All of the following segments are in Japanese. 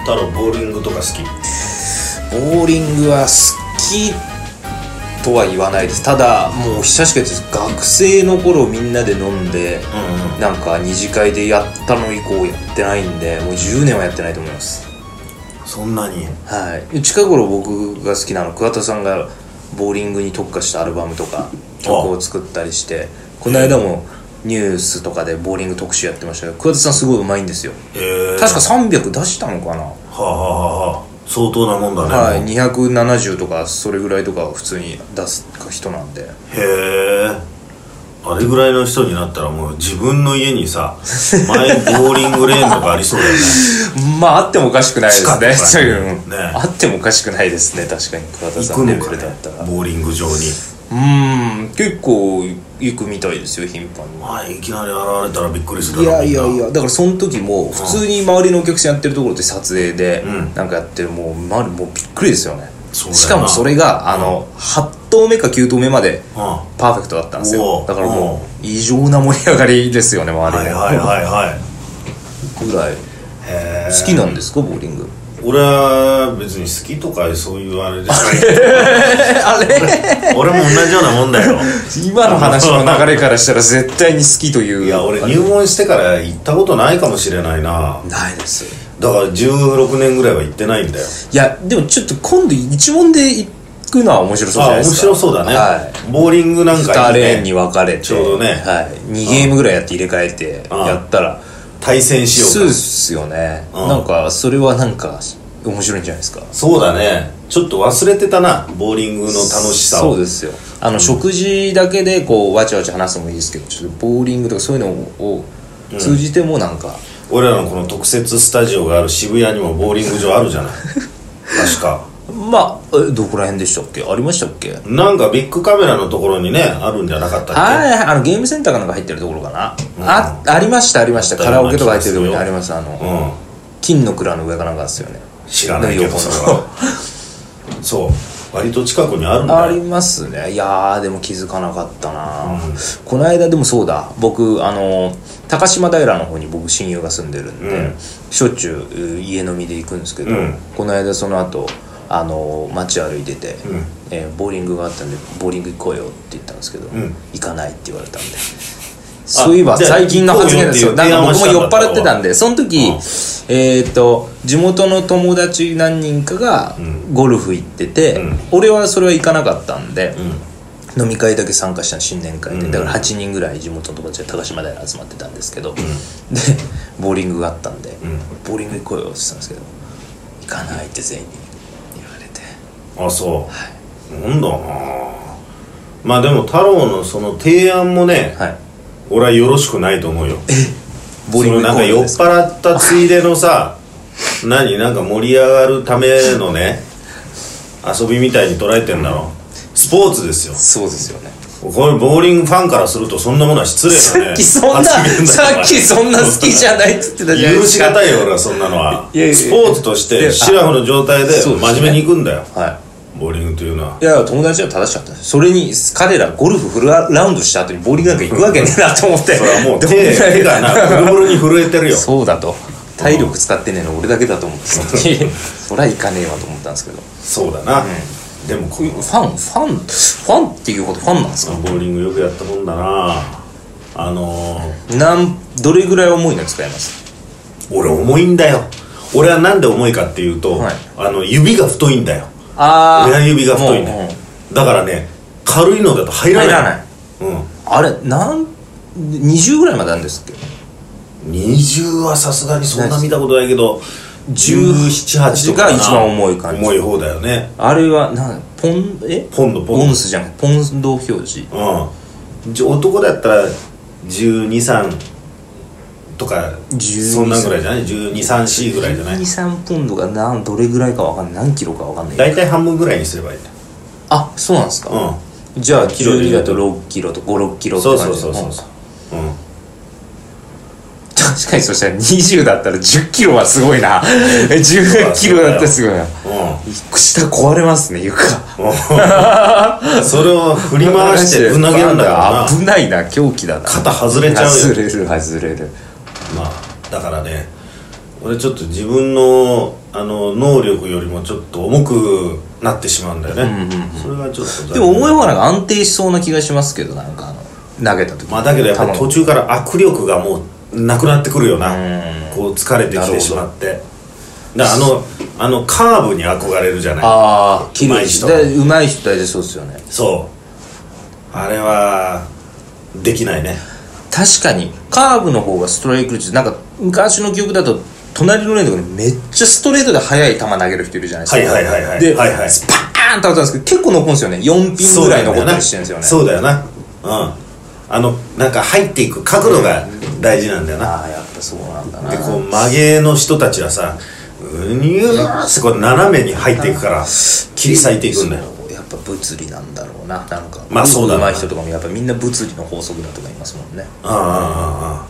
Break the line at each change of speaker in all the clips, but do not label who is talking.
太郎ボーリングとか好き
ボーリングは好きとは言わないですただもう久しくやってないです学生の頃みんなで飲ん
う
で
んうん
なんか二次会でやったの以降やってないんでもう10年はやってないと思います
そんなに
はい近頃僕が好きなの桑田さんがボーリングに特化したアルバムとか曲を作ったりしてこの間もニュースとかでボーリング特集やってましたけど桑田さんすごい上手いんですよ
えー、
確か300出したのかな
はあ、はあはあ、相当なもんだね、
はい、
へ
270とかそれぐらいとか普通に出す人なんで
えあれぐらいの人になったらもう自分の家に さ前ボーリングレーンとかありそうだよね
まああってもおかしくないで
近くから
すねそう いう
ね
のあってもおかしくないですね確かに桑田
行
さ
く
ん
の
こ
か
れ
ね
だったらう
ボーリング場に
ーん結構行くみたいですよ頻繁に
前いきなり現れたらびっくりする
い
だろ
や
う
いや
みん
い
な
やだからその時も普通に周りのお客さんやってるところで撮影で
うん
なんかやってるもう周りもうびっくりですよね
そうだよな
しかもそれがあの8頭目か9頭目まで
うんは
パーフェクトだったんです
お
よ
う
だからもう異常な盛り上がりですよね
い
周
は
り
い
の
はい はい
ぐらい
へ
好きなんですかボーリング
え俺は別に好きとかそういうあれでし
あれ
ょ俺も同じようなもんだよ
今の話の流れからしたら絶対に好きという
い
い
や俺入門してから行ったことないかもしれないな
ないです
だから16年ぐらいは行ってないんだよ
いやでもちょっと今度一問で行くのは面白そうじゃ
あ
ない
面
ですか
白そうだね、
はい
ボーリングなんか
2
いい
レーン
ね
に分かれて
ちょうどね
はい、2ゲームぐらいやって入れ替えて
うん
やったら
対戦しよ
そう
う
っ
か
すよね
うん
なんかそれはなんか面白いんじゃないですか
そうだねちょっと忘れてたなボーリングの楽しさを
そうですよあの食事だけでこうわちゃわちゃ話すのもいいですけどちょっとボーリングとかそういうのをを通じてもなんか
俺らのこの特設スタジオがある渋谷にもボーリング場あるじゃない確か
まあえどこら辺でしたっけありましたっけ
なんかビッグカメラのところにねあるんじゃなかったっけ
はいはいあのゲームセンターかなんか入ってるところかな、あありましたありましたカラオケとか入ってるところにありますあの、
うん
金の蔵の上かなんかですよね
知らないけどそれはそう割と近くにあるん
あ
だ
り
よ
ますねいやーでも気づかなかったな、この間でもそうだ僕あの高島平の方に僕親友が住んでるんで、
うん
しょっちゅうう家飲みで行くんですけど、
うん
この間その後あの街歩いてて、
ん
えーボーリングがあったんで「ボーリング行こうよ」って言ったんですけど、
ん
行かないって言われたんでそういえば
じゃあ
最近の発言ですよ
行こ
な
うんよ
か
っていう
僕
提
も
案
酔
はしたんだ
っ払ってたんでその時、
うん
えーっと地元の友達何人かが
ん
ゴルフ行ってて、
うん
俺はそれは行かなかったんで、
うん
飲み会だけ参加したの新年会で、
うん
だから8人ぐらい地元の友達が高島平集まってたんですけど、でボーリングがあったんで、
ん
ボーリング行こうよって言ったんですけど行かないって全員に言われて
あそうなんだなまあでも太郎のその提案もね
はい
俺はよろしくないと思うよ
ボーリング
そのなん
行こ
か
う
酔
よ
っ
ですか
払ったついでの さ何なんか盛り上がるためのね遊びみたいに捉えてんだろスポーツですよ
そうですよね
これボーリングファンからするとそんなものは失礼
さ
な
っ
ね
きそんな
発言だよ
さっきそんな好きじゃないって言ってたじゃない
許
で
し
すか
がたいよ俺はそんなのはい
やいやいや
スポーツとし
いや
てシラフの状態で
そうですね
真面目に行くんだよ
は
ボーリングというのはい
いや友達は正しかったですそれに彼らゴルフフルラウンドした後にボーリングなんか行くわけねえなと思って
それはもう手
どんぐらい
手がな ブルブルに震えてるよ
そうだと体力使ってねえの俺だけだと思ってその時そりゃいかねえわと思ったんですけどフ
そうだなでもこの
ァンファンファンっていうことファンなんですか
ボーリングよくやったもんだなあのー
なんどれぐらい重いの使います
俺重いんだよ俺はなんで重いかっていうと
はい
あの指が太いんだよ
あー
親指が太いんだ
もう
よだからね軽いのだと入ら
入
ない
らない
うん
あれなん20ぐらいまであるんですっけ
20はさすがにそんな見たことないけど1718とか
が
な
一番重い感じ
重い方だよね
あれはなんポンえ
ポンドポ
オ
ン
ンスじゃんポンド表示
ドうんじ男だったら123とか
12
そんなんぐらいじゃない123ぐらいじゃない
23ポンドがなんどれぐらいかわかんない何キロかわかんない
大体半分ぐらいにすればいいんだ
あそうなんですか、
うん
じゃあ
キロで
12だと6キロと56キロって
そ
感
う
じ
そうそうそう
うん
そううん
確かにそしたら20だったら10キロはすごいな10キロだったらすごいな
う
下壊れますね床
ん、それを振り回してぶん投げるんだからな
危ないな狂気だな
肩外れちゃうよ
外れる外れる
まあだからね俺ちょっと自分のあの能力よりもちょっと重くなってしまうんだよね、それがちょっと残念
でも思いはなんか安定しそうな気がしますけどなんかあの投げた時
まあだけどやっぱり途
中
中から握力がもうなくなってくるよな
うん
こう疲れてき
なるほ
て
ど
しまってだからあのあのカーブに憧れるじゃない
ああ切
うま
る
い人
人でうまい人大体そうですよね
そうあれはできないね
確かにカーブの方がストライク率なんか昔の記憶だと隣のレーンとかにめっちゃストレートで速い球投げる人いるじゃないですか
はいはいはいはい
で、
はいはい
スパーンと当たったんですけど結構残るんですよね4ピンぐらい残ったりしてるんですよね
そうだよなそうだよなうんあのなんか入っていく角度が大事なんだよな
ああやっぱそうなんだな
でこう曲げの人たちはさうにゅーってこう斜めに入っていくから切り裂いていくんだよ
そうやっぱ物理なんだろうななんか
まあそうだな
上手い人とかもやっぱみんな物理の法則だとか言いますもんね
ああああああ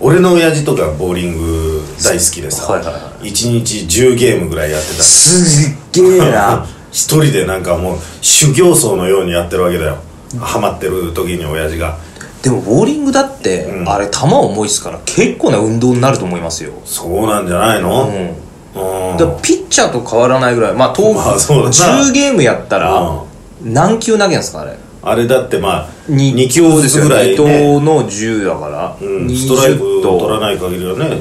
俺の親父とかボーリング大好きでさ、
はいはいは
一日10ゲームぐらいやってた
すっげえな
一人でなんかもう修行僧のようにやってるわけだよハマってる時に親父が
でもボーリングだって、
うん
あれ球重いっすから結構な運動になると思いますよ
そうなんじゃないの
うん
うん
だからピッチャーと変わらないぐらいまあ投
まあそうだな
10ゲームやったら何球投げんすかあれ
あれだってまあ
に
2強ずつぐらい、ね
2投の10だから、
うん
20
ストライク
と
取らない限りはね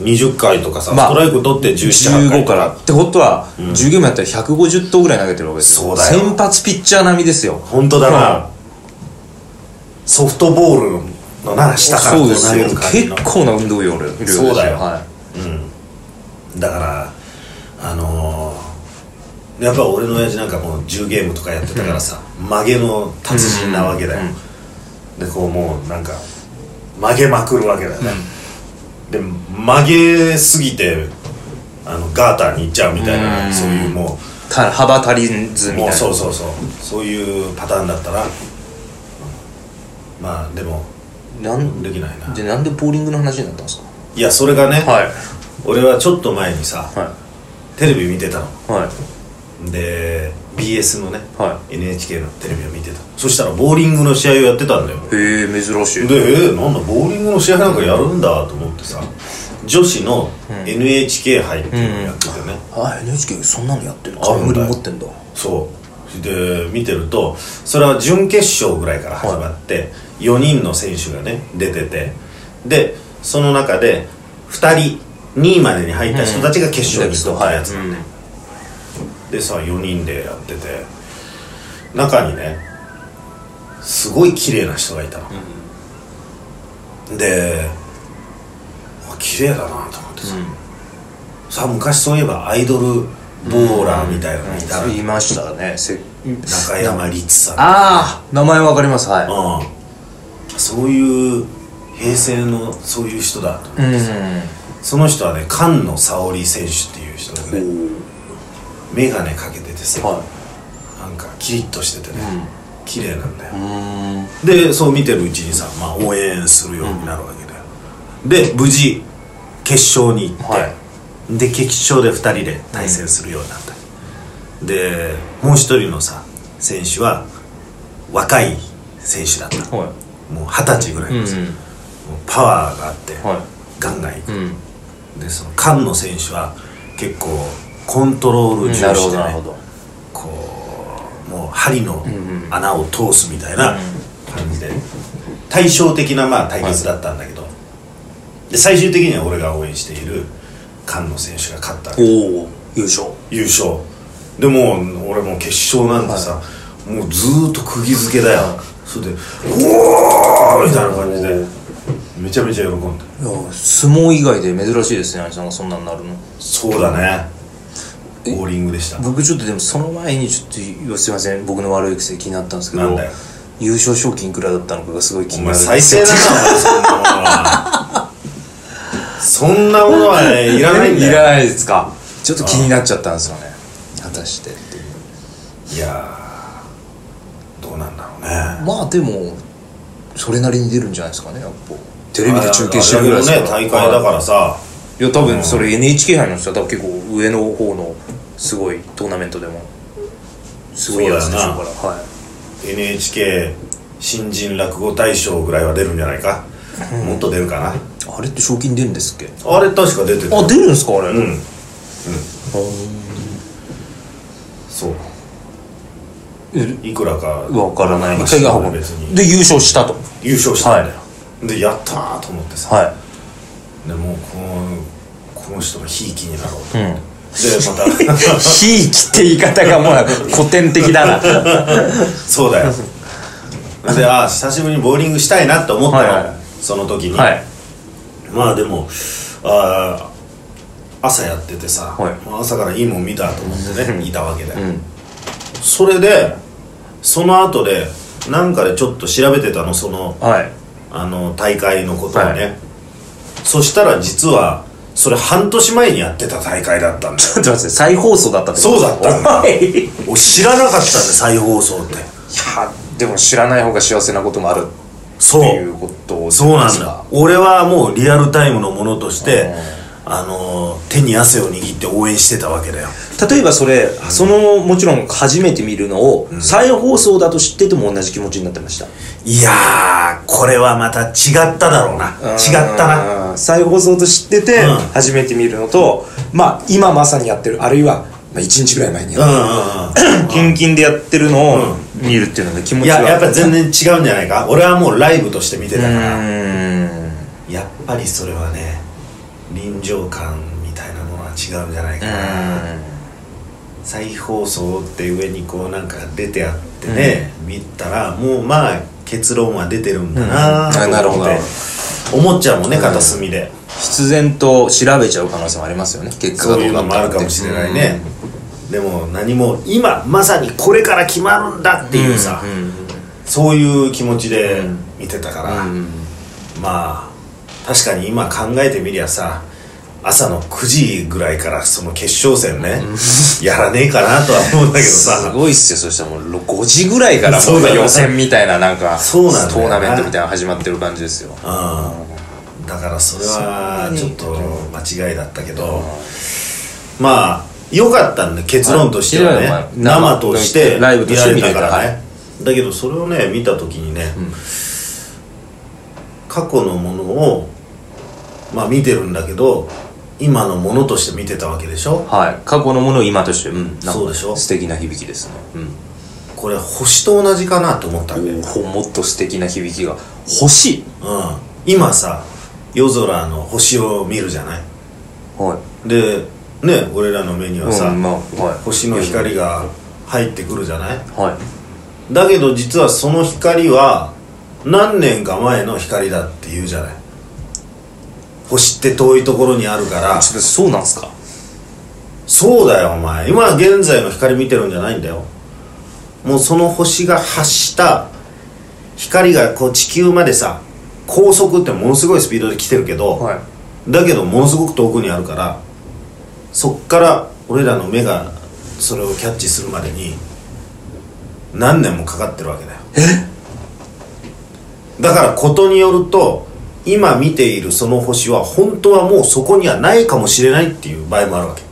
20回とかさ、
まあ
ストライク取って17回
15からってことは、10ゲームやったら150投ぐらい投げてるわけです
そうだよ
先発ピッチャー並みですよ
本当だな、
う
ソフトボールのな下からこ
そううです
投げ
よ
る感じの
結構な運動量量です
そうだよ
は
だからあのー、やっぱ俺の親父なんかもう10ゲームとかやってたからさ、曲げの達人なわけだよ、でこうもうなんか曲げまくるわけだよね、で曲げすぎてあのガーターに行っちゃうみたいな、
うん
そういうもう
いた幅足りずみたい
もう
な
そうそうそうそういうパターンだったらまあでも
なん
できないな
でなんでボーリングの話になったんですか
いやそれがね、
はい
俺はちょっと前にさ
は
テレビ見てたの
いはい
で BS のね、
は
NHK のテレビを見てたそしたらボーリングの試合をやってたんだよ
へえ珍しい
でえーなんだボーリングの試合なんかやるんだと思ってさ女子の NHK 杯っていうのをやっててね、
あ NHK そんなのやってる
あるんだよ
冠持ってんだ
そうで見てるとそれは準決勝ぐらいから始まって、4人の選手がね出ててでその中で2人2位までに入った人たちが決勝に進んだやつなんだよ、でさ4人でやってて中にねすごい綺麗な人がいたの、であ綺麗だなと思ってさ、さあ昔そういえばアイドルボーラーみたいなのいたな
言いましたねせ
中山律さん
ああ名前わかりますは
うん、そういう平成のそういう人だと
いうん
その人はね菅野沙織選手っていう人でね眼鏡かけててさ、
は
なんかキリッとしててね、綺麗なんだよ
い、うん
でそう見てるうちにさ、まあ、応援するようになるわけだよ、で無事決勝に行って、
は
で決勝で2人で対戦するようになった、でもう一人のさ選手は若い選手だった
は
もう二十歳ぐらい
い
のさ、もうパワーがあって、
は
ガンガンいく
い、うん
でその菅野選手は結構コントロール重視
なる
で、
ほ
ね
どなるほど
こうもう針の穴を通すみたいな感じで対照的なまあ対決だったんだけど、で最終的には俺が応援している菅野選手が勝った
おお優勝
優勝でもう俺もう決勝なんてさ、もうずーっと釘付けだよそれで「おお!」みたいな感じでめちゃめちゃ喜んで
いや相撲以外で珍しいですね兄さんがそんなんなるの
そうだねボーリングでした
僕ちょっとでもその前にちょっとすいません僕の悪い癖気になったんですけ
なん
ど
だよ
優勝賞金いくらだったのかがすごい気
お
にな
前
る
最低だなそんなものはそんなものはねいらないんだ
い
よ
らないですかちょっと気になっちゃったんですよね果たしてっていう
いやーどうなんだろうね
まあでもそれなりに出るんじゃないですかねやっぱテレビで中継してるぐらいです
あれだけどね大会だからさ
いや多分それ NHK 杯の人は多分結構上の方のすごいトーナメントでもすごいやつでしょうからはい
NHK 新人落語大賞ぐらいは出るんじゃないかもっと出るかな
あれって賞金出るんですっけ
あれ確か出てた
あ出るんですかあれ、
うんうんそういくらか
わからない
一回が
運ぶ
別に
で優勝したと
優勝したんだよ、でやったーと思ってさ、
は
でもうこのこの人がひいきになろうと、
い、うん、
で また
ひいきって言い方がもう古典的だな
そうだよでああ久しぶりにボーリングしたいなって思ったの、
はいはい
その時に、
はい
まあでもあー朝やっててさ、
はい
まあ朝からいいもん見たと思ってねいたわけで、
ん
それでその後でなんかでちょっと調べてたのその
はい
あの大会のことをね、
はい
そしたら実はそれ半年前にやってた大会だったんだよ
ちょっと待って再放送だったってこ
そ
と
うだったんだ
お前いや
俺知らなかったんだよ再放送って
でも知らない方が幸せなこともあるって
そう
いうこと
そうなん
です
だ
か
俺はもうリアルタイムのものとして、あの手に汗を握って応援してたわけだよ
例えばそれそのもちろん初めて見るのを再放送だと知ってても同じ気持ちになってました
いやーこれはまた違っただろうな違ったな
な再放送と知ってて
うん
初めて見るのとまあ今まさにやってるあるいは1日ぐらい前に
う
やっ
んうん
キンキンでやってるのを見るっていうので気
うん
持ち
い
が
ややっぱ全然違うんじゃないか俺はもうライブとして見てたから
然
やっぱりそれはね臨場感みたいなものは違うんじゃないかな再放送って上にこうなんか出てあってね、見たらもうまあ結論は出てるんだな
うんあな
と
るほ
思
ど
って思っちゃうもんね片隅で、
必然と調べちゃう可能性もありますよね結果が
そうい
ど
う
うだ
の
っ
も
た
あ
っ
る
て
かもしれないね、でも何も今まさにこれから決まるんだっていうさ、
うんうん
そういう気持ちで見てたから、
うん
まあ確かに今考えてみりゃさ朝の9時ぐらいからその決勝戦ね、やらねえかなとは思うんだけど
す
さ
ごいっすよそしたらもうろ5時ぐらいから
そ
も
うだ
う
ね
予選みたいななんか
そうなんだ
ト
よ
ー
な
ナメントみたいなの始まってる感じですよ
うんだからそれはちょっと間違いだったけどまあ良かったんで結論としてはね、
はいいやまあ
生として
ライブとして見れ
た
た
からね、
は
だけどそれをね見た時にね、過去のものをまあ見てるんだけど今のものとして見てたわけでしょ
はい過去のものを今としてうんなんか
そうでしょ
素敵な響きですねうん
これ星と同じかなと思ったわけ、うん、
ほもっと素敵な響きが欲しい
今さ夜空の星を見るじゃない
は
でね俺らの目に
い
はさ、
うんまあはい
星の光が入ってくるじゃない
は
だけど実はその光は何年か前の光だって言うじゃない星って遠いところにあるから
いちょっとそうなんすか
そうだよお前今現在の光見てるんじゃないんだよもうその星が発した光がこう地球までさ高速ってものすごいスピードで来てるけど、
はい
だけどものすごく遠くにあるからそっから俺らの目がそれをキャッチするまでに何年もかかってるわけだよだからことによると今見ているその星は本当はもうそこにはないかもしれないっていう場合もあるわけえ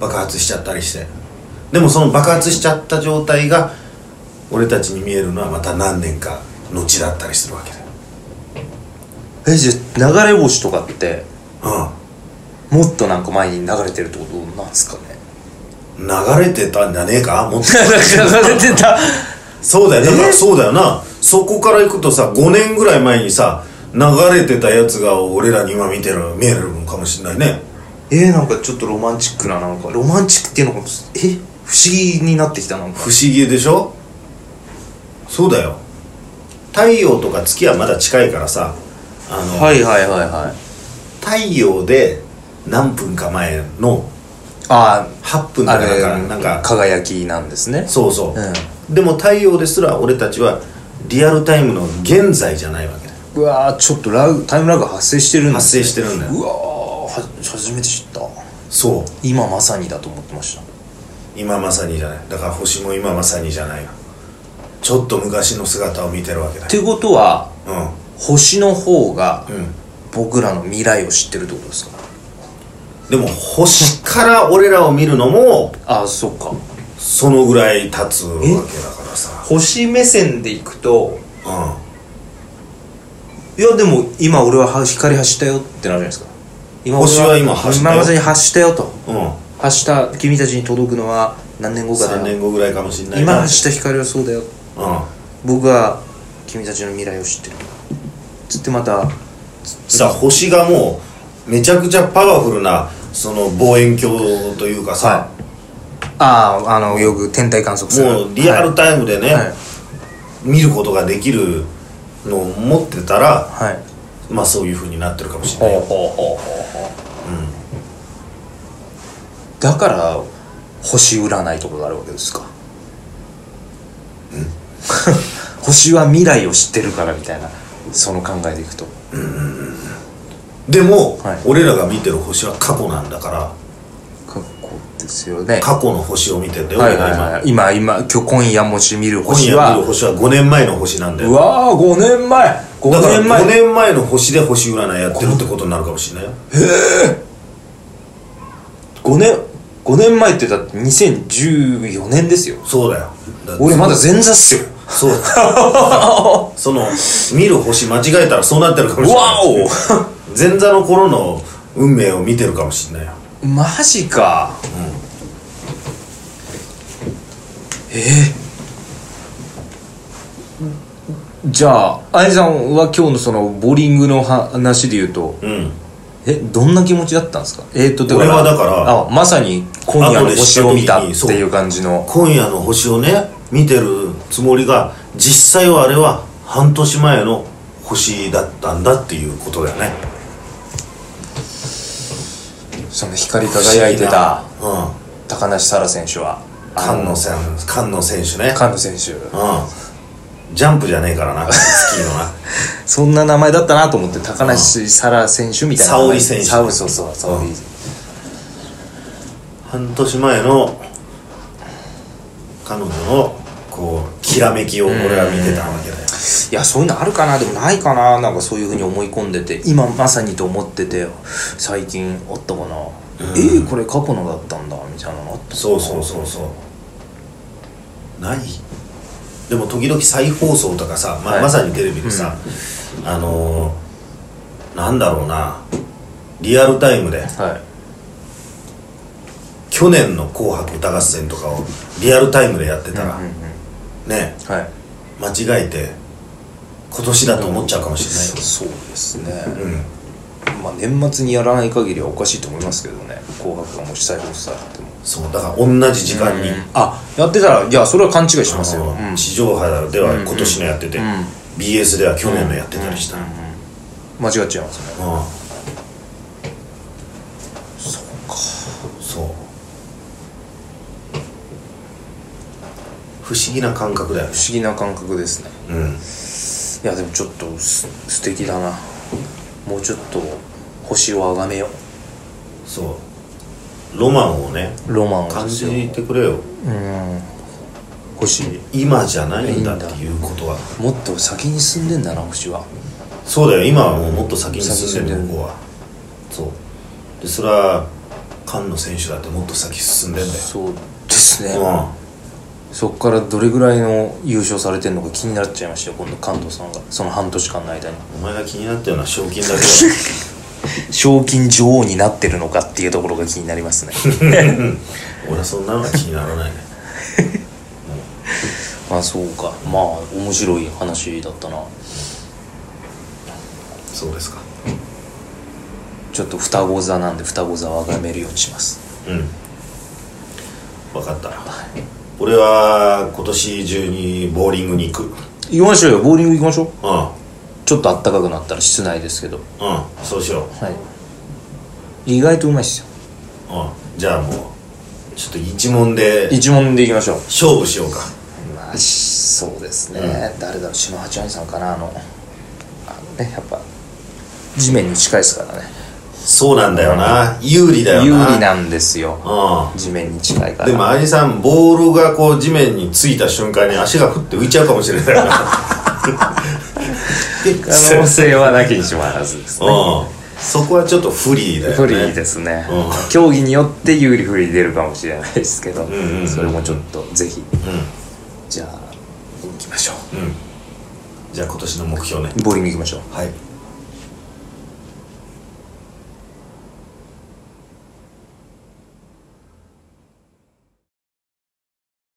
爆発しちゃったりしてでもその爆発しちゃった状態が俺たちに見えるのはまた何年か後だったりするわけだよ
えじゃあ流れ星とかって
うん
もっとなんか前に流れてるってことなんすかね
流れてたんじゃねえかもっと
流れてた
そうだよだか
え
らそうだよなそこから行くとさ5年ぐらい前にさ流れてたやつが俺らに今見てる見えるのかもしれないね
えー、なんかちょっとロマンチックななんかロマンチックっていうのかもえ不思議になってきたなんか
不思議でしょそうだよ太陽とか月はまだ近いからさあの、
はいはいはいはい
太陽で何分か前の
あ
8分
ああ
だから
れ
なんか
輝きなんですね
そうそう、
う
でも太陽ですら俺たちはリアルタイムの現在じゃないわけだよ
うわーちょっとラグタイムラグ発生してるんで
発
す
生してるんだよ
うわーは初めて知った
そう
今まさにだと思ってました
今まさにじゃないだから星も今まさにじゃないよちょっと昔の姿を見てるわけだ
ってことは
うん
星の方が
うん
僕らの未来を知ってるってことですか
でも星から俺らを見るのも
ああそっか
そのぐらい経つわけだからさ
星目線でいくと
う
いやでも今俺はは光走ったよってなるじゃないですか今俺
星は今走ったよ
今まさに走ったよと
うん
走った君たちに届くのは何年後か
3
だ
年後ぐらいかもしれない
今
な
走った光はそうだよ
うん
僕は君たちの未来を知ってるつってまた
さ星がもうめちゃくちゃパワフルなその望遠鏡というかさ、
あああのよく天体観測する
もうリアルタイムでね、
はいはい
見ることができるのを持ってたら
はい
まあそういうふうになってるかもしれ
ほ
な
う
い
ほうほうほうほうだから星占いとかがあるわけですか星は未来を知ってるからみたいなその考えでいくと
でも、
はい
俺らが見てる星は過去なんだから
格好ですよね
過去の星を見てて
は
俺
いは
が
い
今、
はい今今今日今夜もし見る星
今夜見る
は
星は5年前の星なんだ
う
よ
わあ5年前5
だから
年前
5年前の星で星占いやってるってことになるかもしれないよ
5年5年前ってだって2014年ですよ
そうだよだって
俺まだ前座っすよ
そう その見る星間違えたらそうなってるかもしれ
わ
ない
お
前座の頃の運命を見てるかもしれないよ
マジか、えーじゃああやさんは今日のそのボーリングの話で言うと
うん
えどんな気持ちだったんですかえっ、と
俺はだから
あまさに今夜の星を見たっていう感じの
今夜の星をね見てるつもりが実際はあれは半年前の星だったんだっていうことだよね
その光り輝いてた
不思議なうん
高梨沙羅選手はあ
菅
の
野選手菅野選手ね
菅野選手
うんジャンプじゃねえから なスキーのな
そんな名前だったなと思って高梨沙羅選手みたいな名
沙
前
織選手
沙織そうそう沙織、
うん半年前の彼女のこうきらめきを俺は見てたわけだよ
いやそういうのあるかなでもないかななんかそういうふうに思い込んでて今まさにと思ってて最近あったかな、えー、これ過去のだったんだみたいなのあった
そうそうそうそうないでも時々再放送とかさ、ま
はい
まさにテレビでさ、あのー、なんだろうなリアルタイムで
はい
去年の「紅白歌合戦」とかをリアルタイムでやってたら、
うんうんうん
ね
はい
間違えて今年だと思っちゃうかもし
そうですね、
れないよ、
まあ年末にやらない限りはおかしいと思いますけどね「紅白」がもし再放送されて
うん、
も
そうだから同じ時間に、
あやってたらいやそれは勘違いします
あ
よ、
の
うん
地上波では今年のやってて、
うん
BS では去年のやってたりした、
う
うんん
うんうん間違っちゃいますね
そうかそう不思議な感覚だよね
不思議な感覚ですね
うん
いやでもちょっとす素敵だなもうちょっと星をあがめよ
そうロマンをね
うロマンを
感じてくれよ
うん星
今じゃないんだっていうことは
もっと先に進んでんだな星は
そうだよ今はもうもっと先に進んでる向こうはそうでそれは菅野選手だってもっと先進んでんだよ
そうですね、
うん
そっからどれぐらいの優勝されてんのか気になっちゃいましたよ今度関東さんがその半年間の間に
お前が気になったような賞金だけど
賞金女王になってるのかっていうところが気になります ね
俺はそんなのは気にならないね
まあそうかまあ面白い話だったな
そうですか
ちょっと双子座なんで双子座をあがめるようにします
うん分かった俺は今年中にボーリングに行くうん
行きましょうよボーリング行きましょうちょっと暖かくなったら室内ですけど
うんそうしよう
はい意外とうまいっすよ
うんじゃあもうちょっと一問で
一問でいきましょう
勝負しようか
まあしそうですね、誰だろう島八兄さんかなあのあのねやっぱ地面に近いですからね
そうなんだよな有利だよな
有利なんですよ
うん
地面に近いから
でも兄さんボールがこう地面についた瞬間に足がふって浮いちゃうかもしれない から
可能性はなきにしもあらずです ね
うんそこはちょっと不利だよね
不利ですね、
うん
競技によって有利不利出るかもしれないですけど、
んうんうん
それもちょっとぜひ
う
じゃあ行きましょ
んうんじゃあ今年の目標ね
うボーリング行きましょう
はい